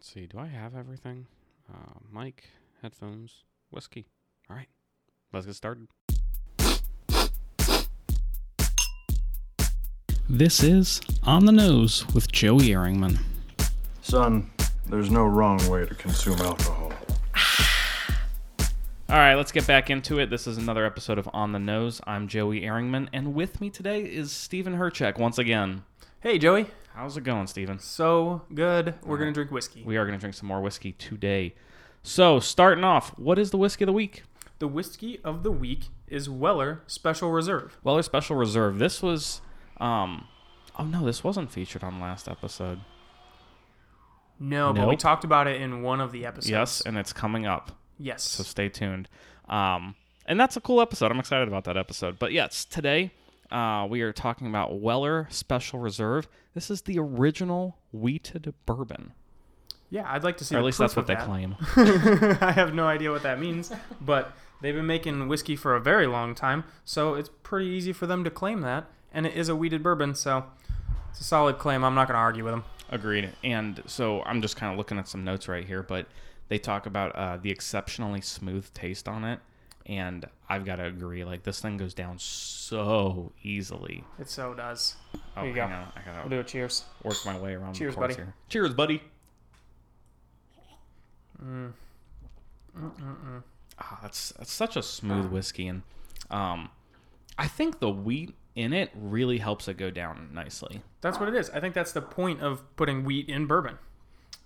Let's see. Do I have everything? Uh, mic, headphones, whiskey. All right. Let's get started. This is On the Nose with Joey Ehrringman. Son, there's no wrong way to consume alcohol. All right. Let's get back into it. This is another episode of On the Nose. I'm Joey Erringman, and with me today is Stephen Herchek once again. Hey, Joey. How's it going, Stephen? So good. We're going to drink whiskey. We are going to drink some more whiskey today. So, starting off, what is the whiskey of the week? The whiskey of the week is Weller Special Reserve. Weller Special Reserve. This was, um, oh no, this wasn't featured on last episode. No, but we Nope. talked about it in one of the episodes. Yes, and it's coming up. Yes. So stay tuned. Um, and that's a cool episode. I'm excited about that episode. But yes, today uh, we are talking about Weller Special Reserve. This is the original wheated bourbon, yeah, I'd like to see. or at the least that's proof what they of claim. that. I have no idea what that means, but they've been making whiskey for a very long time, so it's pretty easy for them to claim that. And it is a weeded bourbon, so it's a solid claim. I'm not going to argue with them. Agreed. And so I'm just kind of looking at some notes right here, but they talk about uh, the exceptionally smooth taste on it. And I've got to agree, like this thing goes down so easily. It so does. Oh, Here you go. hang on, I gotta We'll do a cheers. work my way around. Cheers, the corks buddy. Here. Cheers, buddy. Mm. Ah, that's that's such a smooth whiskey, and um, I think the wheat in it really helps it go down nicely. That's what it is. I think that's the point of putting wheat in bourbon,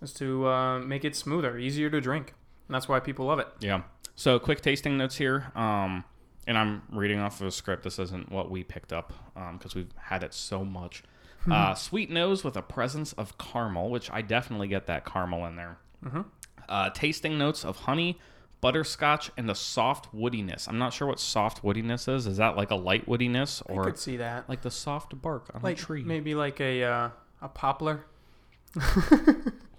is to uh, make it smoother, easier to drink, and that's why people love it. Yeah. So quick tasting notes here. Um, and I'm reading off of a script. This isn't what we picked up because we've had it so much. Hmm. uh, sweet nose with a presence of caramel, which I definitely get that caramel in there. Mm-hmm. Uh, tasting notes of honey, butterscotch, and a soft woodiness. I'm not sure what soft woodiness is. Is that like a light woodiness I or could see that, like, like the soft bark on a tree? maybe like a uh, a poplar.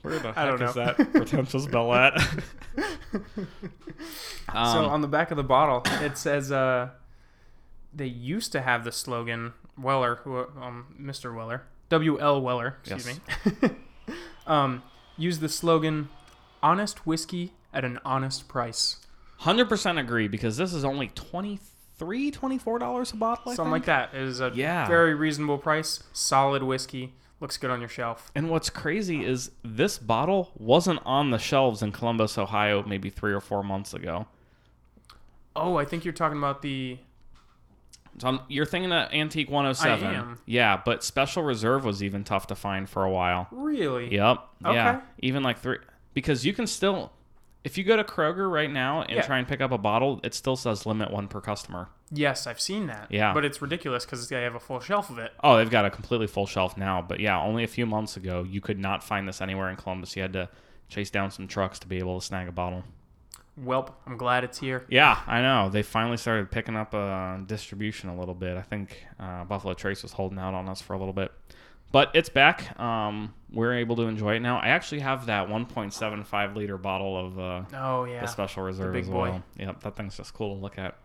Where the heck I don't is know. that pretentious bell at? so Um, on the back of the bottle, it says uh, they used to have the slogan Weller, who, um, Mr. Weller, W. L. Weller, excuse me, um, used the slogan "Honest whiskey at an honest price," 100% agree because this is only 23 $24 a bottle. I something think? like that. It is a Yeah. very reasonable price, solid whiskey, looks good on your shelf. And what's crazy is this bottle wasn't on the shelves in Columbus, Ohio, maybe three or four months ago. Oh, I think you're talking about the So I'm, you're thinking of Antique 107. I am. Yeah, but Special Reserve was even tough to find for a while. really. Yep. Yeah. Okay. Even like three, because you can still, if you go to Kroger right now and Yeah. try and pick up a bottle, it still says limit one per customer. Yes, I've seen that. Yeah. but it's ridiculous because they have a full shelf of it. Oh, they've got a completely full shelf now. But yeah, only a few months ago, you could not find this anywhere in Columbus. You had to chase down some trucks to be able to snag a bottle. Welp, I'm glad it's here. Yeah, I know. They finally started picking up uh, distribution a little bit. I think uh, Buffalo Trace was holding out on us for a little bit. But it's back. Um, we're able to enjoy it now. I actually have that 1.75 liter bottle of uh, Oh yeah. the special reserve big as boy. well. Yep, that thing's just cool to look at.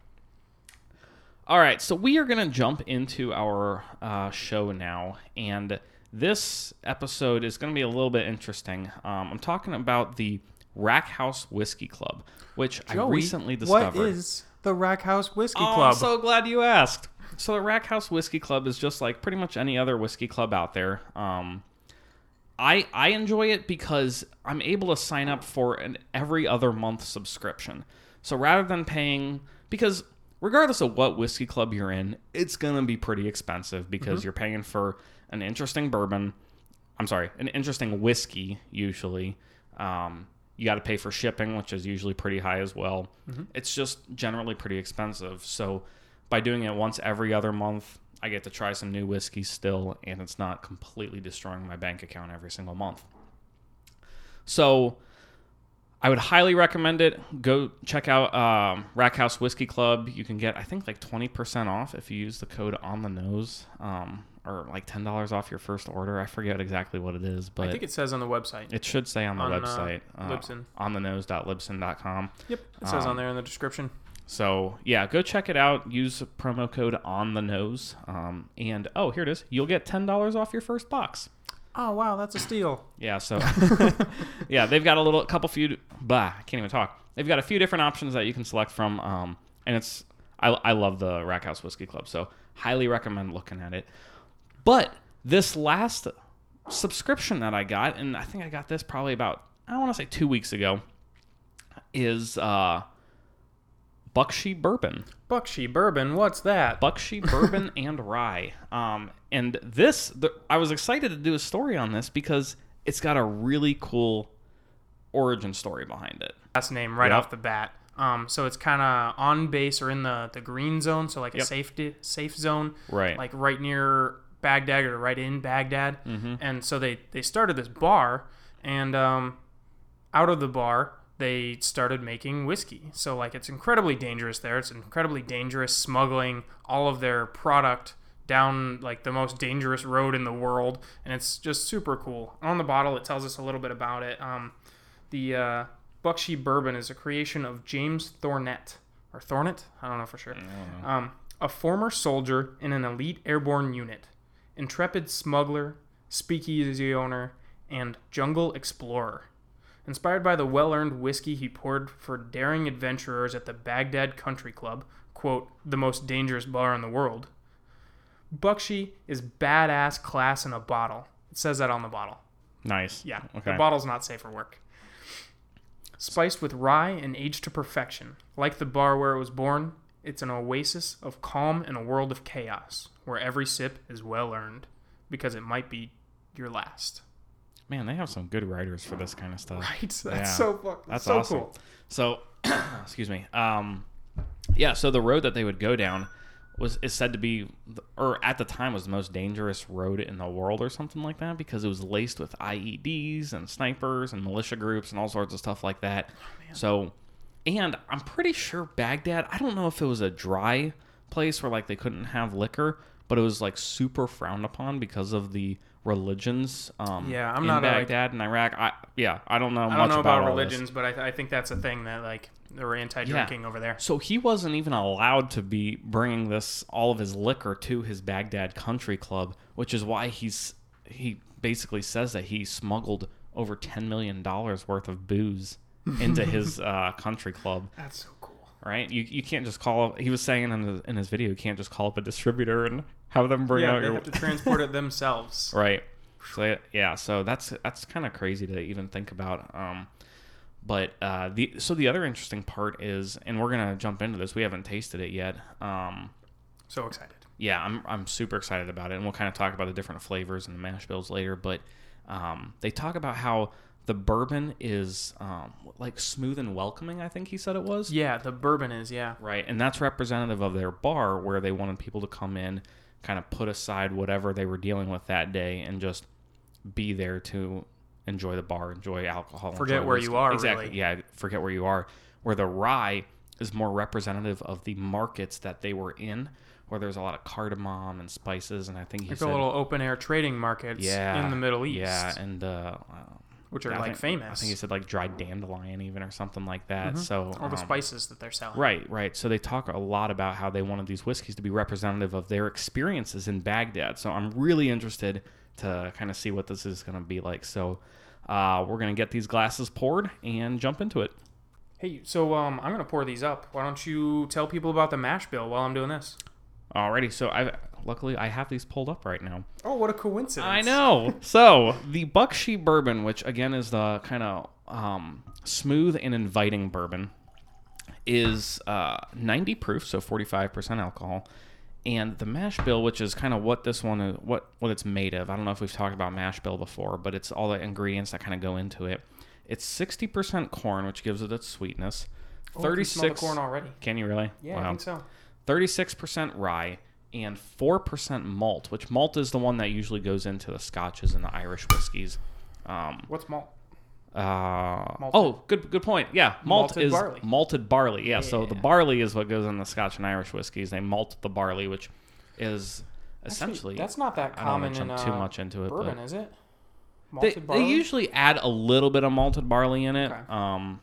All right, so we are going to jump into our uh, show now, and this episode is going to be a little bit interesting. Um, I'm talking about the Rack House Whiskey Club, which I Joey, recently discovered. What is the Rack House Whiskey Oh, Club? I'm so glad you asked. So the Rack House Whiskey Club is just like pretty much any other whiskey club out there. Um, I I enjoy it because I'm able to sign up for an every other month subscription. So rather than paying, because regardless of what whiskey club you're in, it's gonna be pretty expensive Mm-hmm. because you're paying for an interesting bourbon. I'm sorry, an interesting whiskey usually. Um, you got to pay for shipping, which is usually pretty high as well. Mm-hmm. It's just generally pretty expensive. So by doing it once every other month, I get to try some new whiskey still, and it's not completely destroying my bank account every single month. So I would highly recommend it. Go check out um, Rack House Whiskey Club. You can get, I think, like 20% off if you use the code on the nose um, or like $10 off your first order. I forget exactly what it is, but I think it says on the website. it should say on the on, uh, website Libsyn. on the nose.libsyn.com. yep, it says um, on there in the description. So yeah, go check it out. Use promo code on the nose. Um, and oh, here it is. You'll get ten dollars off your first box. oh wow, that's a steal. Yeah, so yeah, they've got a little couple few bah, I can't even talk. They've got a few different options that you can select from um and it's I I love the Rackhouse Whiskey Club, so highly recommend looking at it. But this last subscription that I got and I think I got this probably about I want to say 2 weeks ago is uh Buckshee Bourbon. Buckshee bourbon, what's that? Buckshee bourbon and rye. Um, and this, the, I was excited to do a story on this because it's got a really cool origin story behind it. last name right Yep. off the bat. Um, so it's kind of on base or in the, the green zone, so like a safety safe zone, Right. Like right near Baghdad or right in Baghdad. And so they they started this bar, and um, out of the bar they started making whiskey. So like it's incredibly dangerous there. It's incredibly dangerous smuggling all of their product down like the most dangerous road in the world, and it's just super cool. On the bottle it tells us a little bit about it. Um, the uh, Buckshee bourbon is a creation of James Thornett or Thornett. I don't know for sure. Um, a former soldier in an elite airborne unit, intrepid smuggler, speakeasy owner, and jungle explorer. Inspired by the well-earned whiskey he poured for daring adventurers at the Baghdad Country Club, quote, the most dangerous bar in the world, Buckshee is badass class in a bottle. It says that on the bottle. Nice. Yeah. Okay. The bottle's not safe for work. Spiced with rye and aged to perfection. Like the bar where it was born, it's an oasis of calm in a world of chaos, where every sip is well earned, because it might be your last. Man, they have some good writers for this kind of stuff. Right? That's Yeah. so fuck. That's That's so awesome. cool. So, excuse me. Um, yeah. So the road that they would go down was is said to be, or at the time was the most dangerous road in the world, or something like that, because it was laced with IEDs and snipers and militia groups and all sorts of stuff like that. Oh, so, and I'm pretty sure Baghdad. I don't know if it was a dry place where like they couldn't have liquor, but it was like super frowned upon because of the religions. Um, Yeah, I'm in not a, like- Baghdad and Iraq. I yeah, I don't know I much don't know about, all this. religions, but I, I think that's a thing that like they were anti-drinking over there. So he wasn't even allowed to be bringing this all of his liquor to his Baghdad country club, which is why he's he basically says that he smuggled over ten million dollars worth of booze into his uh, country club. That's so cool. Right? You you can't just call. He was saying in his, in his video, you can't just call up a distributor and have them bring Yeah, out they your have to transport it themselves. Right. So yeah, so that's that's kind of crazy to even think about. Um, but uh, the so the other interesting part is, and we're gonna jump into this. We haven't tasted it yet. Um, So excited. yeah, I'm I'm super excited about it, and we'll kind of talk about the different flavors and the mash bills later. But um, they talk about how the bourbon is um, like smooth and welcoming. I think he said it was. Yeah, the bourbon is yeah. Right, and that's representative of their bar where they wanted people to come in, kind of put aside whatever they were dealing with that day, and just be there to enjoy the bar, enjoy alcohol, Forget enjoy where whiskey. you are, Exactly, really. yeah. Forget where you are. Where the rye is more representative of the markets that they were in, where there's a lot of cardamom and spices, and I think he Like said, the little open air trading markets yeah, in the Middle East. yeah, and uh, which are I like think- famous. Mm-hmm. I think he said like dried dandelion, even or something like that. So all the um, spices that they're selling. Right, right. So they talk a lot about how they wanted these whiskeys to be representative of their experiences in Baghdad. So I'm really interested to kind of see what this is going to be like. So uh, we're going to get these glasses poured and jump into it. Hey, so um, I'm gonna pour these up. Why don't you tell people about the mash bill while I'm doing this? Alrighty. So I luckily I have these pulled up right now. Oh, what a coincidence! I know. so the Buckshee bourbon, which again is the kind of um, smooth and inviting bourbon, is uh, 90 proof, so 45% alcohol. And the mash bill, which is kind of what this one is, what what it's made of. I don't know if we've talked about mash bill before, but it's all the ingredients that kind of go into it. It's 60% corn, which gives it its sweetness. Oh, I can smell the 36 corn already. Can you really? Yeah, Wow. I think so. 36% rye and 4% malt, which malt is the one that usually goes into the scotches and the Irish whiskeys. Um, What's malt? uh, Malted. oh, good good point. Yeah, malt Malted is barley. malted barley. Yeah, so the barley is what goes in the Scotch and Irish whiskeys. They malt the barley, which is essentially that's not that I don't common want to in jump uh, too much into it. bourbon, but is it? they, Malted they barley. usually add a little bit of malted barley in it. Okay. Um,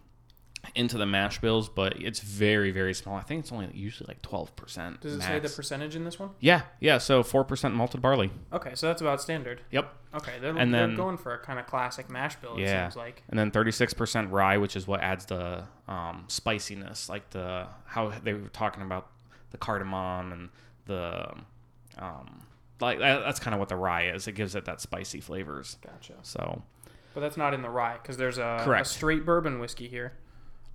into the mash bills, but it's very very small. I think it's only usually like twelve percent. Does it say the percentage in this one? Yeah, yeah. So four percent malted barley. Okay, so that's about standard. Yep. Okay, they're, And they're then- going for a kind of classic mash bill. It Yeah. seems like. And then thirty six percent rye, which is what adds the um, spiciness, like the how they were talking about the cardamom and the um, like that, that's kind of what the rye is. It gives it that spicy flavors. Gotcha. So But that's not in the rye because there's a, a Correct. straight bourbon whiskey here.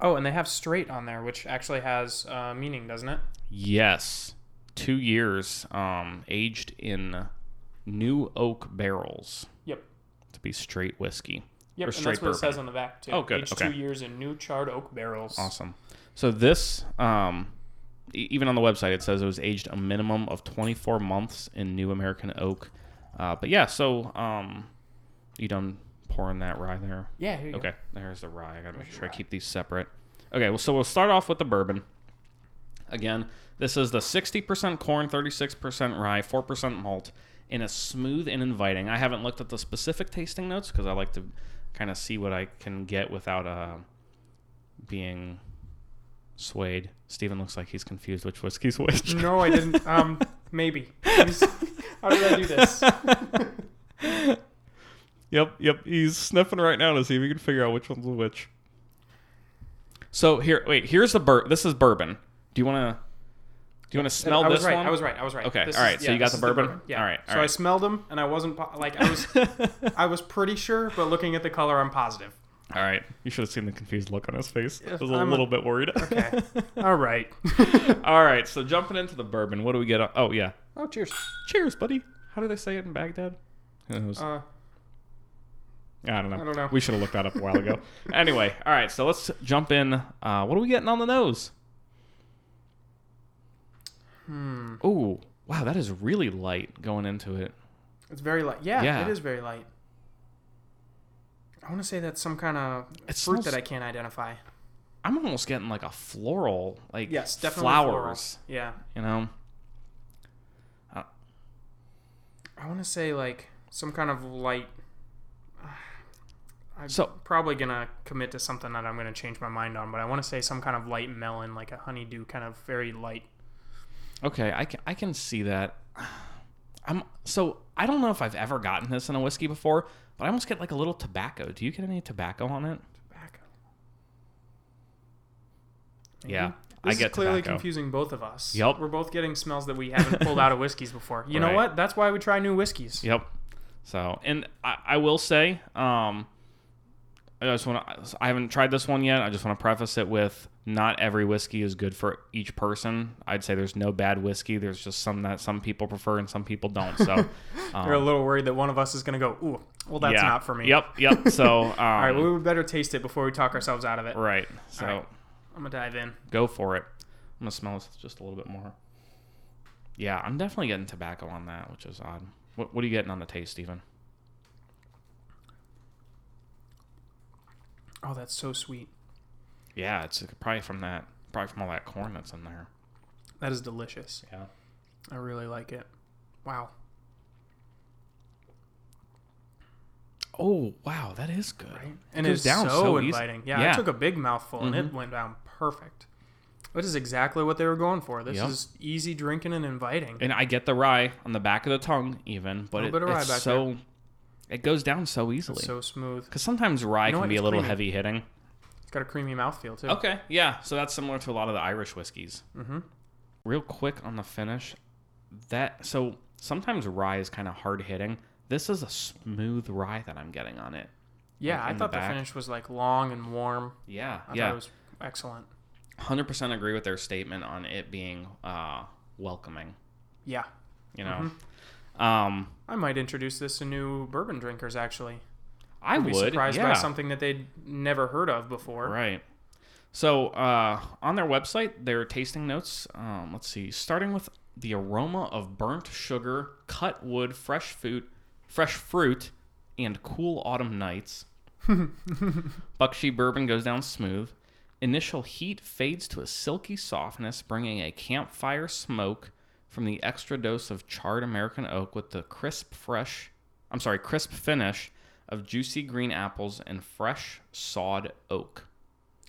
Oh, and they have straight on there, which actually has uh, meaning, doesn't it? yes, two years um, aged in new oak barrels. Yep. to be straight whiskey. Yep, Or and that's straight what it says on the back too. Oh, good, Aged okay. two years in new charred oak barrels. Awesome. So this, um, e- even on the website, it says it was aged a minimum of 24 months in new American oak. Uh, but yeah, so um, you done pouring that rye there? Yeah. Here you Okay, there's the rye. I gotta make sure I keep these separate. Okay, well, so we'll start off with the bourbon. Again, this is the 60% corn, 36% rye, 4% malt in a smooth and inviting. I haven't looked at the specific tasting notes because I like to kind of see what I can get without uh, being swayed. Steven looks like he's confused which whiskey's which. Go. No, I didn't. Um, maybe. I was- How did I do this? Yep, yep. He's sniffing right now to see if he can figure out which one's which. So here, wait. Here's the bur. This is bourbon. Do you want to? Do you want to smell I this was right. one? I was right. I was right. Okay, This all right, is- so you got this the is bourbon? Yeah. All right, all so I right. smelled them and I wasn't po- like I was. I was pretty sure, but looking at the color, I'm positive. All right. You should have seen the confused look on his face. I was a I'm a- little bit worried. Okay. All right. All right. So jumping into the bourbon, what do we get? on- Oh yeah. oh, cheers. Cheers, buddy. How do they say it in Baghdad? Who knows? Uh, I don't know. I don't know. We should have looked that up a while ago. anyway, all right. So let's jump in. Uh, what are we getting on the nose? Hmm. Oh, wow. That is really light going into it. it's very light. Yeah, Yeah. it is very light. I want to say that's some kind of fruit It smells- that I can't identify. I'm almost getting like a floral, like Yes, definitely floral. flowers. Yeah, You know, I want to say like some kind of light. I'm So- probably gonna commit to something that I'm gonna change my mind on, but I want to say some kind of light melon, like a honeydew, kind of very light. okay, I can I can see that. I'm so I don't know if I've ever gotten this in a whiskey before, but I almost get like a little tobacco. Do you get any tobacco on it? Tobacco. Yeah, This I get is clearly tobacco. confusing both of us. Yep. We're both getting smells that we haven't pulled out of whiskeys before. You know Right. what? That's why we try new whiskeys. Yep. So, and I, I will say, um, I just want to. I haven't tried this one yet. I just want to preface it with not every whiskey is good for each person. I'd say there's no bad whiskey. There's just some that some people prefer and some people don't. So, um, You're a little worried that one of us is gonna go, ooh, well that's yeah. not for me. Yep, yep. So, um, All right, well, we would better taste it before we talk ourselves out of it. right. So, right. I'm gonna dive in. go for it. I'm gonna smell this just a little bit more. Yeah, I'm definitely getting tobacco on that, which is odd. What What are you getting on the taste, Stephen? Oh, that's so sweet. Yeah, it's probably from that, probably from all that corn that's in there. That is delicious. Yeah. I really like it. Wow. Oh wow, that is good. And goes it's down so, so easy. inviting. Yeah, Yeah. Mm-hmm. I took a big mouthful and it went down perfect. Which is exactly what they were going for. This Yep. is easy drinking and inviting. And I get the rye on the back of the tongue, even, but it, Little bit of rye it's back so it goes down so easily. It's so smooth. Because sometimes rye know can what? be a It's little creamy. heavy hitting. It's got a creamy mouthfeel too. Okay, yeah. So that's similar to a lot of the Irish whiskeys. Mm-hmm. Real quick on the finish, that so sometimes rye is kind of hard hitting. This is a smooth rye that I'm getting on it. Yeah, Like I in the thought the, back. finish was like long and warm. Yeah, I thought yeah. it was excellent. Hundred percent agree with their statement on it being uh, welcoming. Yeah. You know, Mm-hmm. um, I might introduce this to new bourbon drinkers actually. I I'd be would surprised yeah. by something that they'd never heard of before. Right. So uh, on their website, their tasting notes. Um, let's see, starting with the aroma of burnt sugar, cut wood, fresh food, fresh fruit, and cool autumn nights. Buckshee bourbon goes down smooth. Initial heat fades to a silky softness, bringing a campfire smoke from the extra dose of charred American oak with the crisp, fresh, I'm sorry, crisp finish of juicy green apples and fresh sawed oak.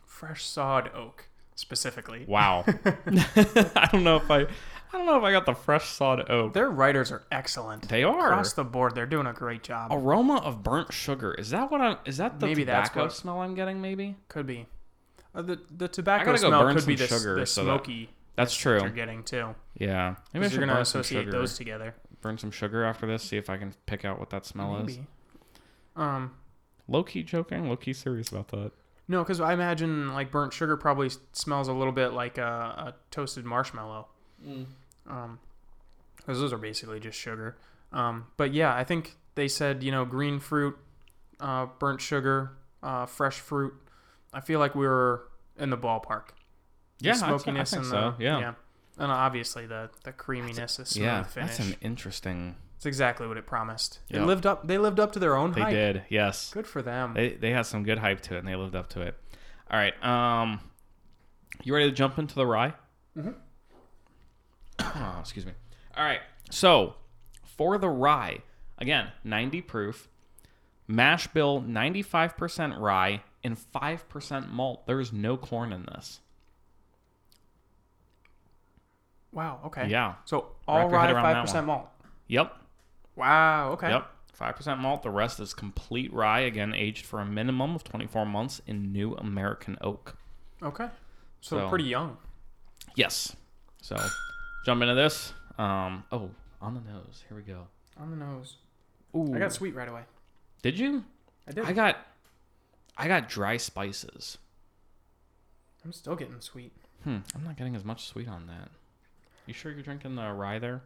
fresh sawed oak specifically. Wow. I don't know if I, I don't know if I got the fresh sawed oak. Their writers are excellent. They are. Oh. across the board. They're doing a great job. Aroma of burnt sugar. Is that what I'm? Is that the Maybe that's tobacco what- smell I'm getting? Maybe. Could be. Uh, the the tobacco gotta go smell burn could be the, some sugar the so that- smoky That's you're true. getting too. Yeah. Maybe I Because should you're gonna burn some associate sugar. those together. burn some sugar after this. See if I can pick out what that smell is. Maybe. Um, Low key joking. Low key serious about that. no, because I imagine like burnt sugar probably s- smells a little bit like a, a toasted marshmallow. Mm. Um, because those are basically just sugar. Um, but yeah, I think they said you know green fruit, uh, burnt sugar, uh, fresh fruit. I feel like we were in the ballpark. The Yeah, I- I smokiness think and so, the yeah. and obviously the the creaminess, the smooth Yeah, finish. that's an interesting. It's exactly what it promised. It Yep. lived up. They lived up to their own They hype. did. Yes. Good for them. They they had some good hype to it, and they lived up to it. All right. Um, you ready to jump into the rye? Mm-hmm. excuse me. All right. So for the rye, again, 90 proof, mash bill 95% rye and 5% malt. There is no corn in this. wow. Okay. Yeah. So all your head rye around that five percent malt. Yep. Wow. Okay. Yep. 5% malt. The rest is complete rye, again, aged for a minimum of 24 months in new American oak. Okay. So, So- pretty young. Yes. So, jump into this. Um, oh, on the nose. Here we go. On the nose. Ooh. I got sweet right away. Did you? I did. I got I got dry spices. I'm still getting sweet. Hmm, I'm not getting as much sweet on that. You sure you're drinking the rye there?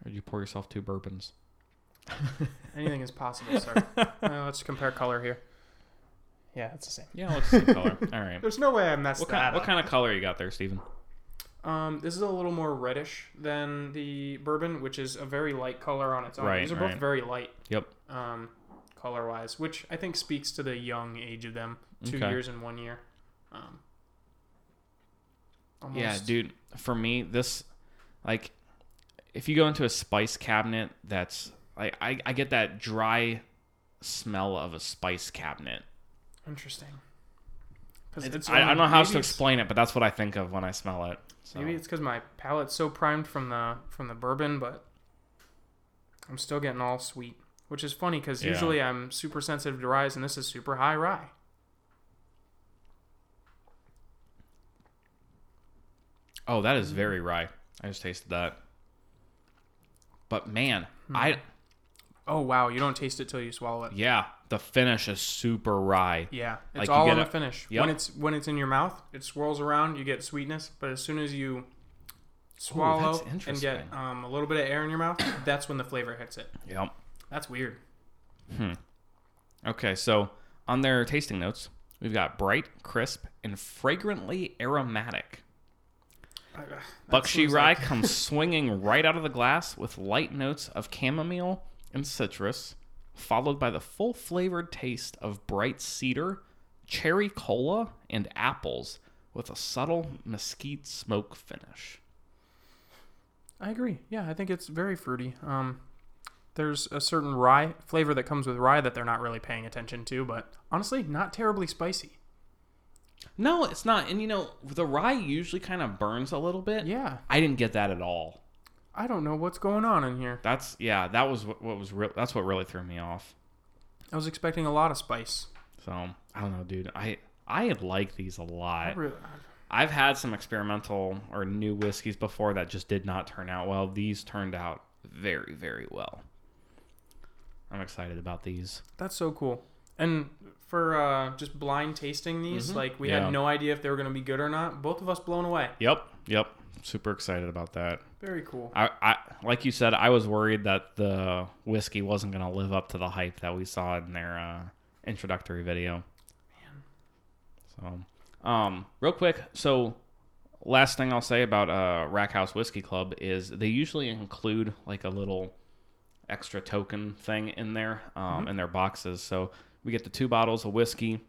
Or did you pour yourself two bourbons? Anything is possible, sir. Uh, let's compare color here. Yeah, it's the same. Yeah, let's see color. All right. There's no way I messed What that kind, what kind of color you got there, Steven? up. Um, this is a little more reddish than the bourbon, which is a very light color on its own. Right, These are right. both very light Yep. um, color-wise, which I think speaks to the young age of them. Two Okay. years and one year. Um, Yeah, almost- dude. For me, this like if you go into a spice cabinet, that's like I, I get that dry smell of a spice cabinet. Interesting. 'Cause It's, it's I, I only- don't know how maybe else to it's- explain it, but that's what I think of when I smell it. So. Maybe it's because my palate's so primed from the from the bourbon, but I'm still getting all sweet, which is funny because Yeah. usually I'm super sensitive to rye, and this is super high rye. Oh, that Mm-hmm. is very rye. I just tasted that. But man, Hmm. I Oh wow, you don't taste it till you swallow it. yeah, the finish is super rye. Yeah, Like, it's you all get on a- the finish. Yep. When it's when it's in your mouth, it swirls around. You get sweetness, but as soon as you swallow and get interesting. um, a little bit of air in your mouth, that's when the flavor hits it. Yep. That's weird. Okay, so on their tasting notes, we've got bright, crisp, and fragrantly aromatic. I- ugh, that Bakshi seems rye like- comes swinging right out of the glass with light notes of chamomile and citrus, followed by the full flavored taste of bright cedar, cherry cola, and apples with a subtle mesquite smoke finish. I agree. Yeah, I think it's very fruity. Um, there's a certain rye flavor that comes with rye that they're not really paying attention to, but honestly, not terribly spicy. No, it's not. And you know, the rye usually kind of burns a little bit. Yeah, I didn't get that at all. I don't know what's going on in here. That's yeah, that was what, what was real that's what really threw me off. I was expecting a lot of spice. So, I don't know, dude. I I like these a lot. I really, I've had some experimental or new whiskeys before that just did not turn out well. These turned out very, very well. I'm excited about these. that's so cool. And for uh, just blind tasting these, like we Yeah. had no idea if they were going to be good or not. Both of us blown away. Yep, yep. Super excited about that. Very cool. I, I like you said, I was worried that the whiskey wasn't going to live up to the hype that we saw in their uh, introductory video. So, um, real quick, so last thing I'll say about uh, Rackhouse Whiskey Club is they usually include like a little extra token thing in there um, in their boxes. So we get the two bottles of whiskey.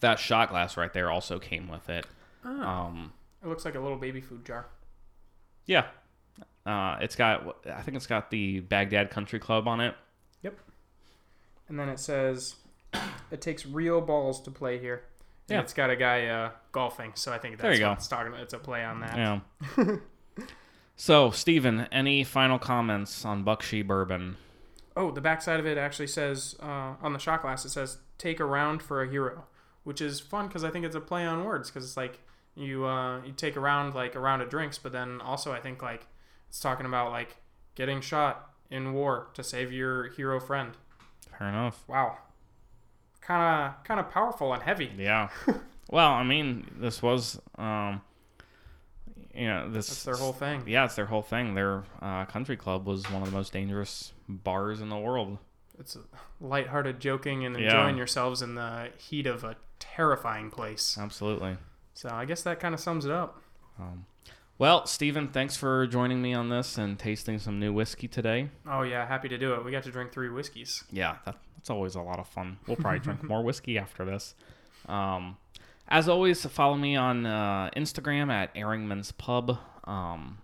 That shot glass right there also came with it. Um, It looks like a little baby food jar. yeah. Uh, it's got, I think it's got the Baghdad Country Club on it. And then it says, it takes real balls to play here. And Yeah. it's got a guy uh, golfing, so I think that's There you what go. it's talking about. It's a play on that. Yeah. so, Steven, any final comments on Buckshee Bourbon? Oh, the backside of it actually says uh, on the shot glass it says "Take a round for a hero," which is fun because I think it's a play on words because it's like you uh, you take a round like a round of drinks, but then also I think like it's talking about like getting shot in war to save your hero friend. Fair enough. Wow, kind of kind of powerful and heavy. Yeah. well, I mean, this was, um, you know, this. That's their whole thing. Yeah, it's their whole thing. Their uh, country club was one of the most dangerous bars in the world. It's lighthearted joking and Yeah. enjoying yourselves in the heat of a terrifying Oh. place. Absolutely. So I guess that kind of sums it up. Well, Steven, thanks for joining me on this and tasting some new whiskey today. Oh yeah, happy to do it. We got to drink three whiskeys. Yeah, that, that's always a lot of fun. We'll probably drink more whiskey after this. Um, as always, follow me on uh, Instagram at Erringman's Pub. Um,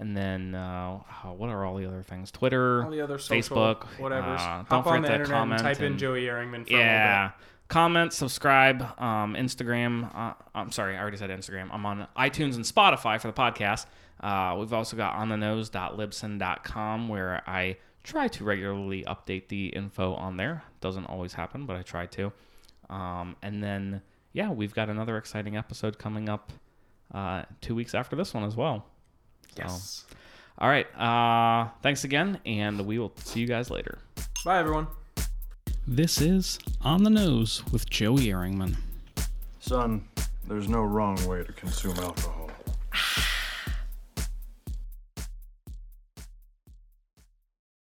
and then, uh, oh, what are all the other things? Twitter, all the other social Facebook, whatever. Uh, Hop don't on forget the to internet comment and type in and- Joey Arringman for a little Yeah. Comment, subscribe, um, Instagram. Uh, I'm sorry, I already said Instagram. I'm on iTunes and Spotify for the podcast. Uh, we've also got onthenose.libsyn.com where I try to regularly update the info on there. Doesn't always happen, but I try to. Um, and then, yeah, we've got another exciting episode coming up uh, two weeks after this one as well. bit. Yes. All right. Uh, thanks again, and we will see you guys later. Bye everyone. This is On the Nose with Joey Erringman. Son, there's no wrong way to consume alcohol.